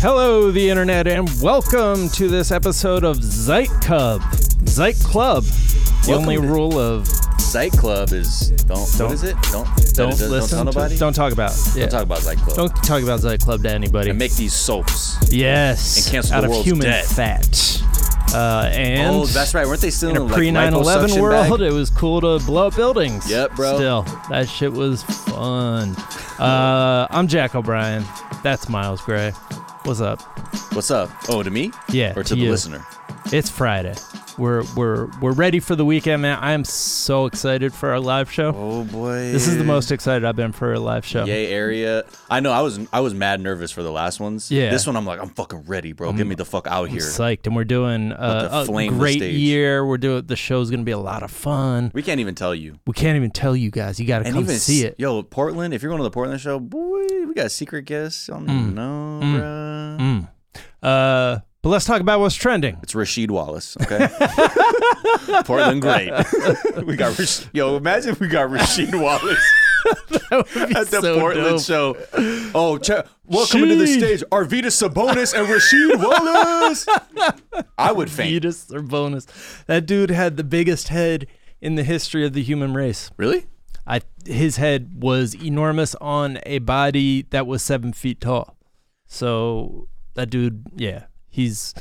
Hello, the internet, and welcome to this episode of Zeit Cub, Zeit Club. The Welcome only to- rule of Zeit Club is don't, Don't- what is it? Don't don't don't, listen, Don't tell to- nobody. don't talk about, it. Don't talk about Zeit Club. don't talk about Zeit Club to anybody. and make these soaps. yes, and cancel the out of world's human debt. fat. Uh, and oh, that's right. Weren't they still in a like, pre 9 11 liposuction world, Bag? it was cool to blow up buildings. Yep, bro. Still, that shit was fun. Uh, I'm Jack O'Brien. That's Miles Gray. What's up? What's up? Oh, to me? Yeah, Or to, to the you. listener? It's Friday. We're we're we're ready for the weekend, man. I am so excited for our live show. Oh boy. This is the most excited I've been for a live show. Yay area. I know. I was I was mad nervous for the last ones. Yeah. This one I'm like I'm fucking ready, bro. Get me the fuck out here. Psyched, and we're doing uh, the a flame the great stage. year. We're doing the show's gonna be a lot of fun. We can't even tell you. We can't even tell you guys. You got to And come even see s- it. Yo, Portland. If you're going to the Portland show, boy, we got secret guests. I Mm. don't even know, bruh. Uh, but let's talk about what's trending. It's Rashid Wallace, okay? Portland great. we got Rash- Yo, imagine if we got Rashid Wallace at the so Portland dope. show. Oh, che- welcome to the Sheed. stage, Arvita Sabonis and Rashid Wallace. I would faint. Fetus or bonus. That dude had the biggest head in the history of the human race. Really? I his head was enormous on a body that was seven feet tall. So that dude, yeah, he's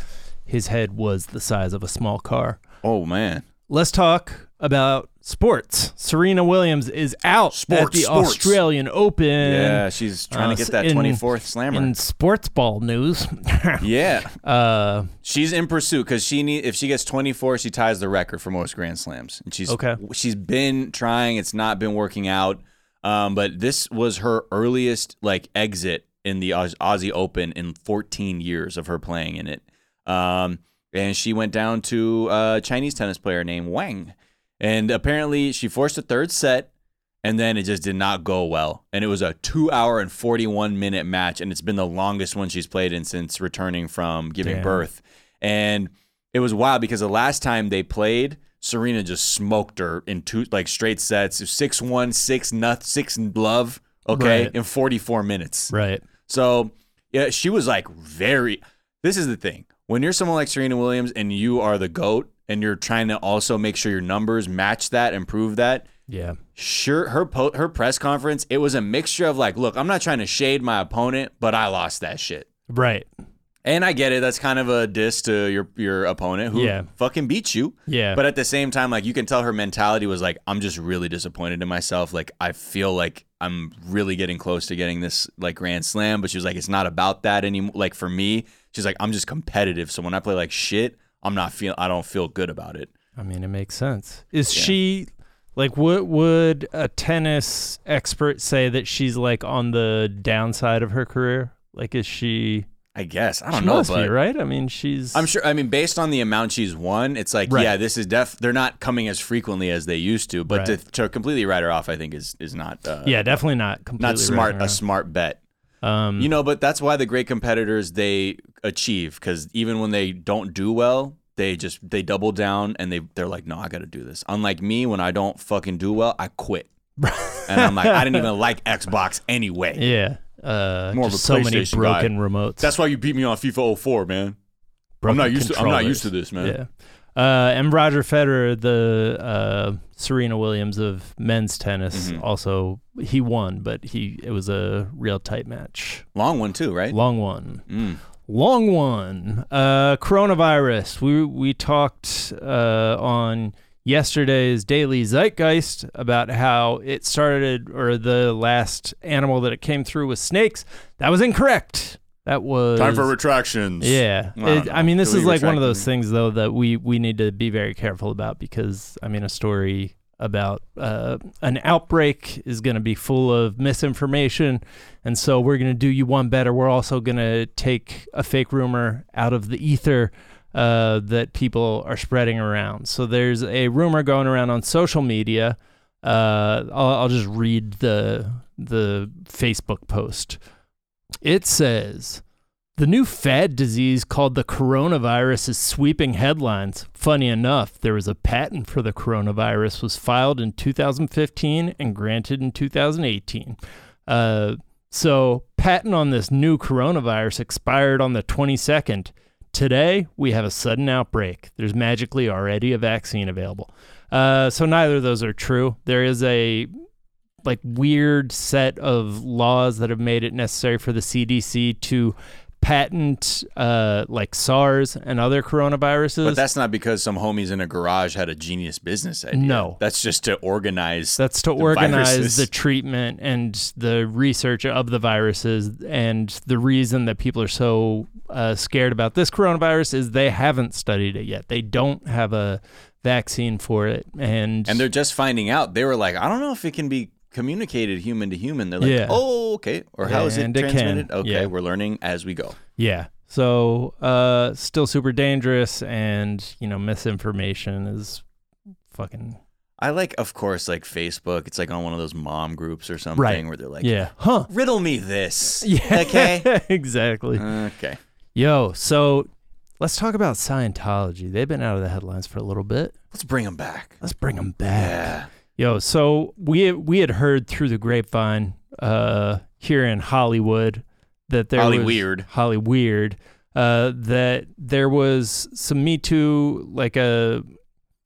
his head was the size of a small car. Oh man. Let's talk about sports. Serena Williams is out at Sports, the sports. Australian Open. Yeah, she's trying uh, to get that in- 24th slammer. In sports ball news, yeah. uh, She's in pursuit because she need if she gets 24, she ties the record for most Grand Slams. And she's Okay. She's been trying; it's not been working out. Um, but this was her earliest like exit in the Aus- Aussie Open in 14 years of her playing in it. Um, and she went down to a Chinese tennis player named Wang, and apparently she forced a third set. And then it just did not go well. And it was a two hour and 41 minute match. And it's been the longest one she's played in since returning from giving Damn. birth. And it was wild because the last time they played, Serena just smoked her in two, like straight sets 6 1, 6 noth, 6 love, okay, Right. in 44 minutes. right? So yeah, she was like very. This is the thing when you're someone like Serena Williams and you are the goat, and you're trying to also make sure your numbers match that, improve that. Yeah, Sure, her po- her press conference, it was a mixture of like, look, I'm not trying to shade my opponent, but I lost that shit. right. And I get it. That's kind of a diss to your your opponent who Yeah. fucking beat you. Yeah, But at the same time, like you can tell her mentality was like, I'm just really disappointed in myself. Like I feel like I'm really getting close to getting this like grand slam. But she was like, it's not about that anymore. Like for me, she's like, I'm just competitive. So when I play like shit, I'm not feel I don't feel good about it. I mean, it makes sense. Is she like what would a tennis expert say that she's like on the downside of her career? Like, is she? I guess I don't She know, must but be right. I mean, she's. I'm sure. I mean, based on the amount she's won, it's like, Right. yeah, this is def. They're not coming as frequently as they used to. But to, Right. to completely write her off, I think is is not uh, Yeah, definitely not completely not smart running a smart bet. around. Um, You know, but that's why the great competitors they achieve because even when they don't do well, they just they double down and they they're like, no, I got to do this. Unlike me, when I don't fucking do well, I quit, and I'm like, I didn't even like Xbox anyway. yeah. Uh, More of just a so many PlayStation guy. broken remotes. That's why you beat me on FIFA 04, man. broken not used to- I'm not controllers. used to this, man. Yeah. Uh, and Roger Federer, the uh, Serena Williams of men's tennis, Mm-hmm. also he won, but he it was a real tight match. Long one too, right? Long one. Long one. Uh, coronavirus. We we talked uh, on yesterday's Daily Zeitgeist about how it started, or the last animal that it came through was snakes. That was incorrect. That was retractions. yeah. I don't It- know. I mean, this Do we is like one of retract those them? things though that we we need to be very careful about because I mean, a story about uh, an outbreak is going to be full of misinformation, and so we're going to do you one better. We're also going to take a fake rumor out of the ether. Uh, that people are spreading around. So there's a rumor going around on social media. Uh, I'll, I'll just read the the Facebook post. It says, the new fad disease called the coronavirus is sweeping headlines. Funny enough, there was a patent for the coronavirus was filed in 2015 and granted in 2018. Uh, so patent on this new coronavirus expired on the 22nd. Today, we have a sudden outbreak. There's magically already a vaccine available. Uh, so neither of those are true. There is a like weird set of laws that have made it necessary for the CDC to patent uh, like SARS and other coronaviruses. But that's not because some homies in a garage had a genius business idea. No. That's just to organize. That's to organize viruses. the treatment and the research of the viruses. And the reason that people are so uh, scared about this coronavirus is they haven't studied it yet. They don't have a vaccine for it. And, and they're just finding out. They were like, I don't know if it can be communicated human to human. They're like, Yeah. oh, okay. Or how is it And it can. transmitted? Okay, Yeah. we're learning as we go. yeah. So uh, still super dangerous. And, you know, misinformation is fucking. I like, of course, like Facebook. It's like on one of those mom groups or something Right. where they're like, yeah. Huh. riddle me this. Yeah. Okay. exactly. okay. Yo, so let's talk about Scientology. They've been out of the headlines for a little bit. Let's bring them back. Let's bring them back. Yeah. Yo, so we we had heard through the grapevine uh, here in Hollywood that there Holly was Weird. Holly Weird uh, that there was some Me Too like a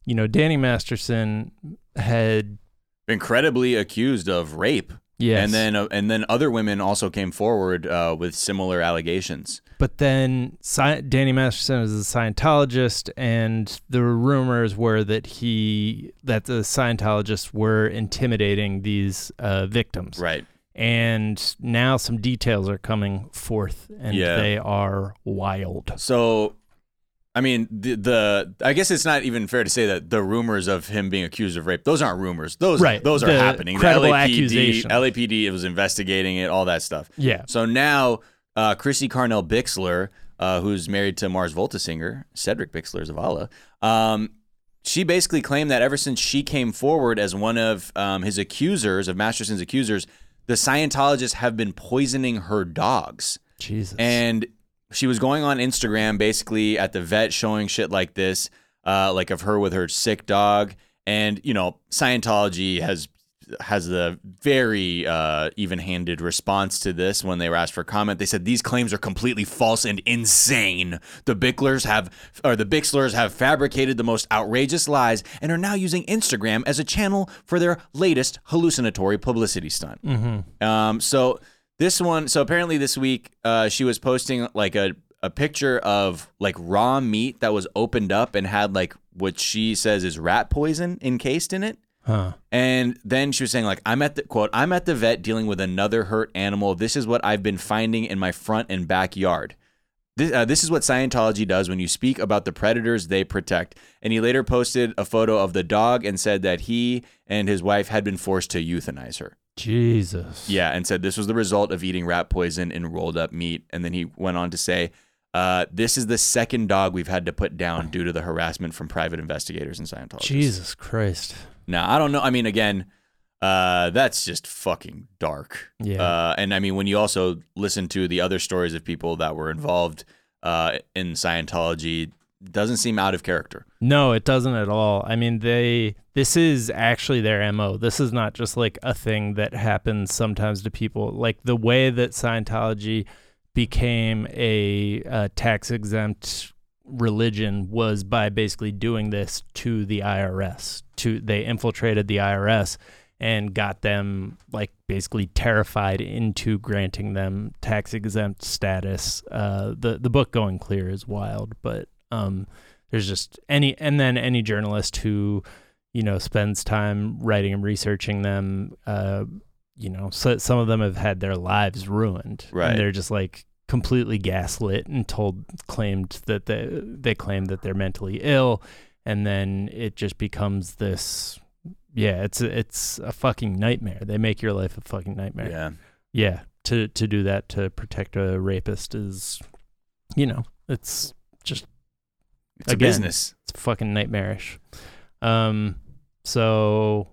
you know Danny Masterson had Incredibly accused of rape. yes And then, uh, and then other women also came forward uh, with similar allegations. But then Sci- Danny Masterson is a Scientologist, and the rumors were that he that the Scientologists were intimidating these uh, victims. Right. And now some details are coming forth, and Yeah. they are wild. So, I mean, the, the I guess it's not even fair to say that the rumors of him being accused of rape those aren't rumors. Those Right. those are The happening. credible the LAPD, accusation. LAPD was investigating it, all that stuff. Yeah. So now, uh, Chrissy Carnell Bixler, uh, who's married to Mars Volta singer Cedric Bixler Zavala, um, she basically claimed that ever since she came forward as one of um, his accusers, of Masterson's accusers, the Scientologists have been poisoning her dogs. Jesus. And she was going on Instagram basically at the vet showing shit like this, uh, like of her with her sick dog. And, you know, Scientology has has the very uh, even-handed response to this when they were asked for comment. They said these claims are completely false and insane. The Bicklers have or the Bixlers have fabricated the most outrageous lies and are now using Instagram as a channel for their latest hallucinatory publicity stunt. Um, so this one, so apparently this week, uh, she was posting like a, a picture of like raw meat that was opened up and had like what she says is rat poison encased in it. huh. And then she was saying like I'm at the quote I'm at the vet dealing with another hurt animal. This is what I've been finding in my front and backyard. This, uh, this is what Scientology does when you speak about the predators they protect. And he later posted a photo of the dog and said that he and his wife had been forced to euthanize her. Jesus. Yeah, and said this was the result of eating rat poison in rolled up meat. And then he went on to say, uh, "This is the second dog we've had to put Oh. down due to the harassment from private investigators and Scientologists." Jesus Christ. Now I don't know. I mean, again, uh, that's just fucking dark. Yeah. Uh, and I mean, when you also listen to the other stories of people that were involved uh, in Scientology, doesn't seem out of character. No, it doesn't at all. I mean, they this is actually their MO. This is not just like a thing that happens sometimes to people. Like the way that Scientology became a, uh tax exempt religion was by basically doing this to the IRS. To they infiltrated the IRS and got them like basically terrified into granting them tax exempt status. Uh, the the book going clear is wild, but um, there's just any and then any journalist who you know spends time writing and researching them. Uh, you know, so, some of them have had their lives ruined. and Right. they're just like completely gaslit and told claimed that they they claim that they're mentally ill and then it just becomes this yeah, it's a, it's a fucking nightmare. They make your life a fucking nightmare. Yeah. Yeah, to to do that to protect a rapist is, you know, it's It's Again. a business. it's fucking nightmarish. Um, so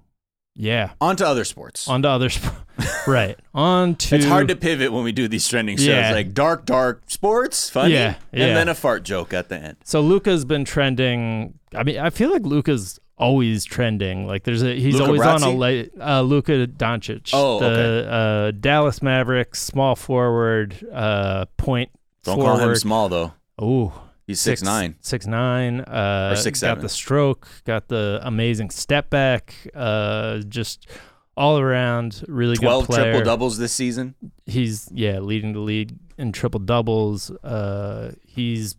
yeah, On to other sports. on to other sp- right on to It's hard to pivot when we do these trending shows. Yeah. Like dark, dark sports, funny, Yeah, yeah. and then a fart joke at the end. So Luca's been trending. I mean, I feel like Luca's always trending. Like there's a he's Luka always on a Brasi? late uh, Luka Doncic. Oh, the, okay. uh, Dallas Mavericks small forward, uh, point Don't forward. call him small though. Ooh, He's six, nine. six nine. Uh, Or six, Got seven. the stroke. Got the amazing step back. Uh, just all around really Twelve good player. triple doubles this season. He's yeah leading the league in triple doubles. Uh, he's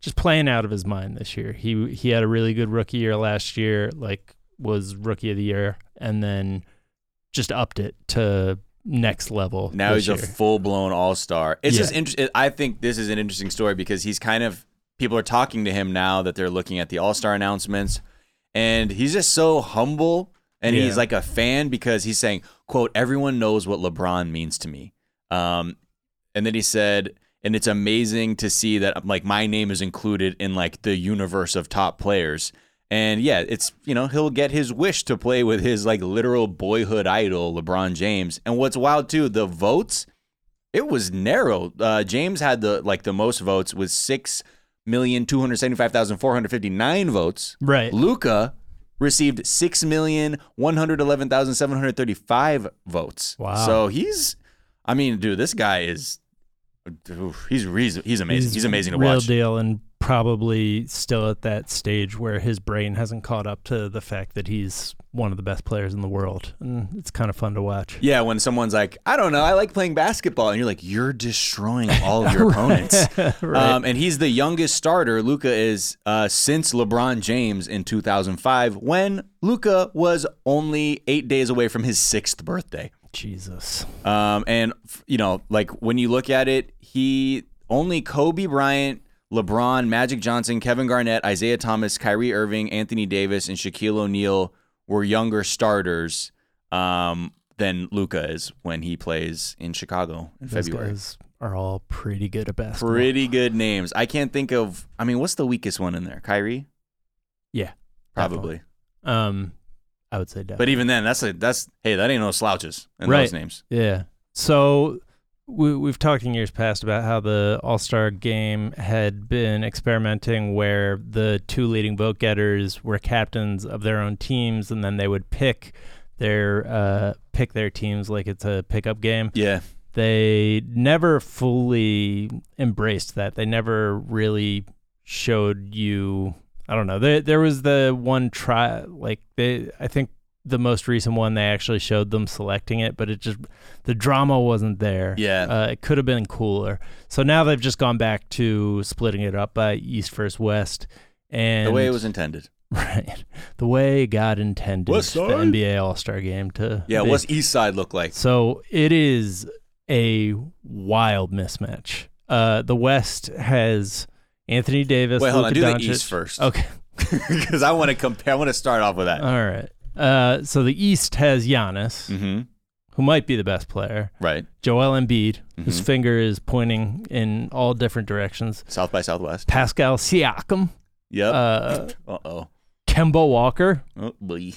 just playing out of his mind this year. He he had a really good rookie year last year. Like was rookie of the year, and then just upped it to next level. Now this he's a year. full blown all star. It's Yeah. just interesting. I think this is an interesting story because he's kind of people are talking to him now that they're looking at the all star announcements, and he's just so humble and Yeah. he's like a fan because he's saying, "quote Everyone knows what LeBron means to me," um, and then he said. And it's amazing to see that like my name is included in like the universe of top players. And yeah, it's you know he'll get his wish to play with his like literal boyhood idol LeBron James. And what's wild too, the votes it was narrow. Uh, James had the like the most votes with six million two hundred seventy five thousand four hundred fifty nine votes. right. Luca received six million one hundred eleven thousand seven hundred thirty five votes. Wow. So he's, I mean, dude, this guy is, oof, he's reason, he's amazing. He's, amazing to real watch. deal, and probably still at that stage where his brain hasn't caught up to the fact that he's one of the best players in the world, and it's kind of fun to watch. Yeah, when someone's like, I don't know, I like playing basketball, and you're like, you're destroying all of your opponents. Right. um, and he's the youngest starter. Luca is uh, since LeBron James in 2005, when Luca was only eight days away from his sixth birthday. Jesus, Um, and f- you know, like when you look at it, he only Kobe Bryant, LeBron, Magic Johnson, Kevin Garnett, Isaiah Thomas, Kyrie Irving, Anthony Davis, and Shaquille O'Neal were younger starters um, than Luca is when he plays in Chicago in those February. guys are all pretty good at basketball. Pretty good names. I can't think of. I mean, what's the weakest one in there? Kyrie, Yeah, probably. Um, I would say definitely. But even then, that's a that's hey, that ain't no slouches in Right. those names. yeah. So we, we've talked in years past about how the All Star Game had been experimenting where the two leading vote getters were captains of their own teams, and then they would pick their uh, pick their teams like it's a pickup game. Yeah, They never fully embraced that. They never really showed you. I don't know. There, there was the one try. Like they, I think the most recent one they actually showed them selecting it, but it just the drama wasn't there. Yeah. uh, it could have been cooler. So now they've just gone back to splitting it up by East versus West, and the way it was intended. right, the way God intended West the side? NBA All Star Game to Yeah, be. what's East Side look like? So it is a wild mismatch. Uh, the West has Anthony Davis. Wait, hold on. Luka Do the Doncic. East first. Okay. because I want to compare. I want to start off with that. All right. Uh, so the East has Giannis, mm-hmm. who might be the best player. Right. Joel Embiid, whose Mhm. finger is pointing in all different directions. South by Southwest. Pascal Siakam, Yep. uh, Uh oh. Kemba Walker, Oh, boy.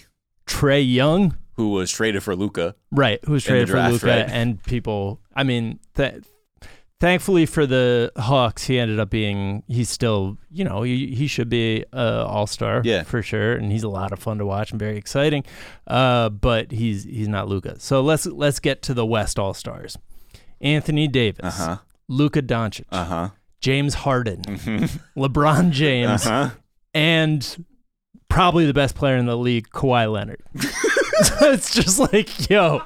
Trey Young, Who was traded for Luca? Right, who was in the traded draft, for Luca right? and people. I mean, th- thankfully for the Hawks, he ended up being. He's still, you know, he, he should be a All Star, Yeah. for sure. And he's a lot of fun to watch and very exciting. Uh, but he's he's not Luca. So let's let's get to the West All Stars: Anthony Davis, Uh huh. Luca Doncic, Uh huh. James Harden, Mhm. LeBron James, Uh-huh. and probably the best player in the league, Kawhi Leonard. so it's just like, yo,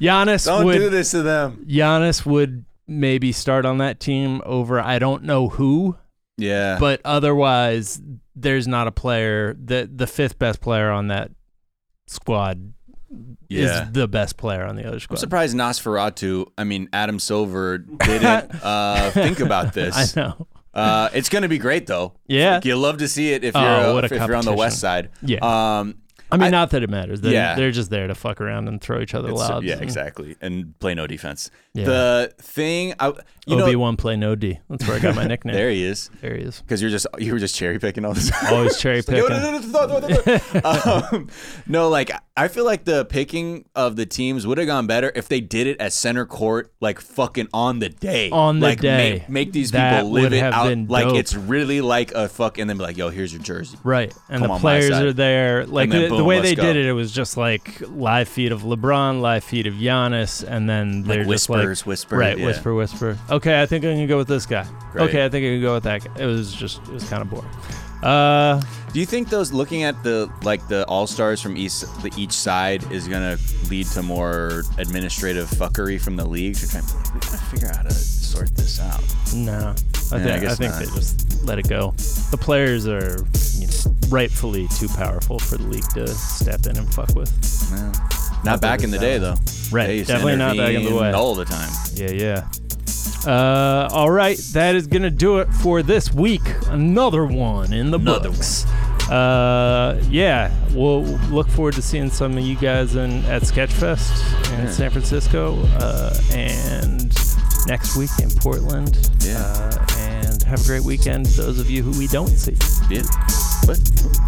Giannis Don't would do this to them. Giannis would maybe start on that team over I don't know who, Yeah. but otherwise there's not a player the the fifth best player on that squad yeah. is the best player on the other squad. I'm surprised Nosferatu. I mean, Adam Silver didn't uh, think about this. I know. Uh, it's going to be great though. Yeah. Like, you love to see it if Oh, you're uh, what a if you're on the competition. west side. Yeah. Um, I mean, I- not that it matters. They're, Yeah. they're just there to fuck around and throw each other So- lobs. yeah, and- exactly. And play no defense. Yeah. The thing I You know- Obi Wan play no D. That's where I got my nickname. there. There he is. he is. Because you're just you were just cherry picking all this. Always cherry Like, picking. no, no, no, no, no, no, no, no. Um, no, like I feel like the picking of the teams would have gone better if they did it at center court, like fucking on the day. On the like, day. make, make these That people live would it have out. been like dope. it's really like a fuck, and then be like, yo, here's your jersey. Right, and Come the on, my players side. are there. Like then the, the boom, way let's they go. did it, it was just like live feed of LeBron, live feed of Giannis, and then they're just like whispers, whisper, right, yeah. whisper, whisper. Okay, I think I'm gonna go with this guy. Great. Okay, I think I'm gonna go with that. guy. It was just it was kind of boring. Uh, Do you think those looking at the like the all stars from each the each side is gonna lead to more administrative fuckery from the league? They're trying to we gotta figure out how to sort this out. no, I Yeah, I think I, guess think not. they just let it go. The players are you know, rightfully too powerful for the league to step in and fuck with. No. Not back in the day though. Right, They used to definitely not back in the intervene way. All the time. Yeah, yeah. Uh, all right, that is gonna do it for this week. Another one in the Another books. Uh, yeah, we'll look forward to seeing some of you guys in at Sketchfest in Yeah. San Francisco, uh, and next week in Portland. Yeah. Uh, and have a great weekend, those of you who we don't see. Yeah. What?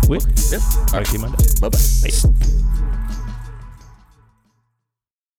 With Yeah. All right. Monday. Bye bye. Bye.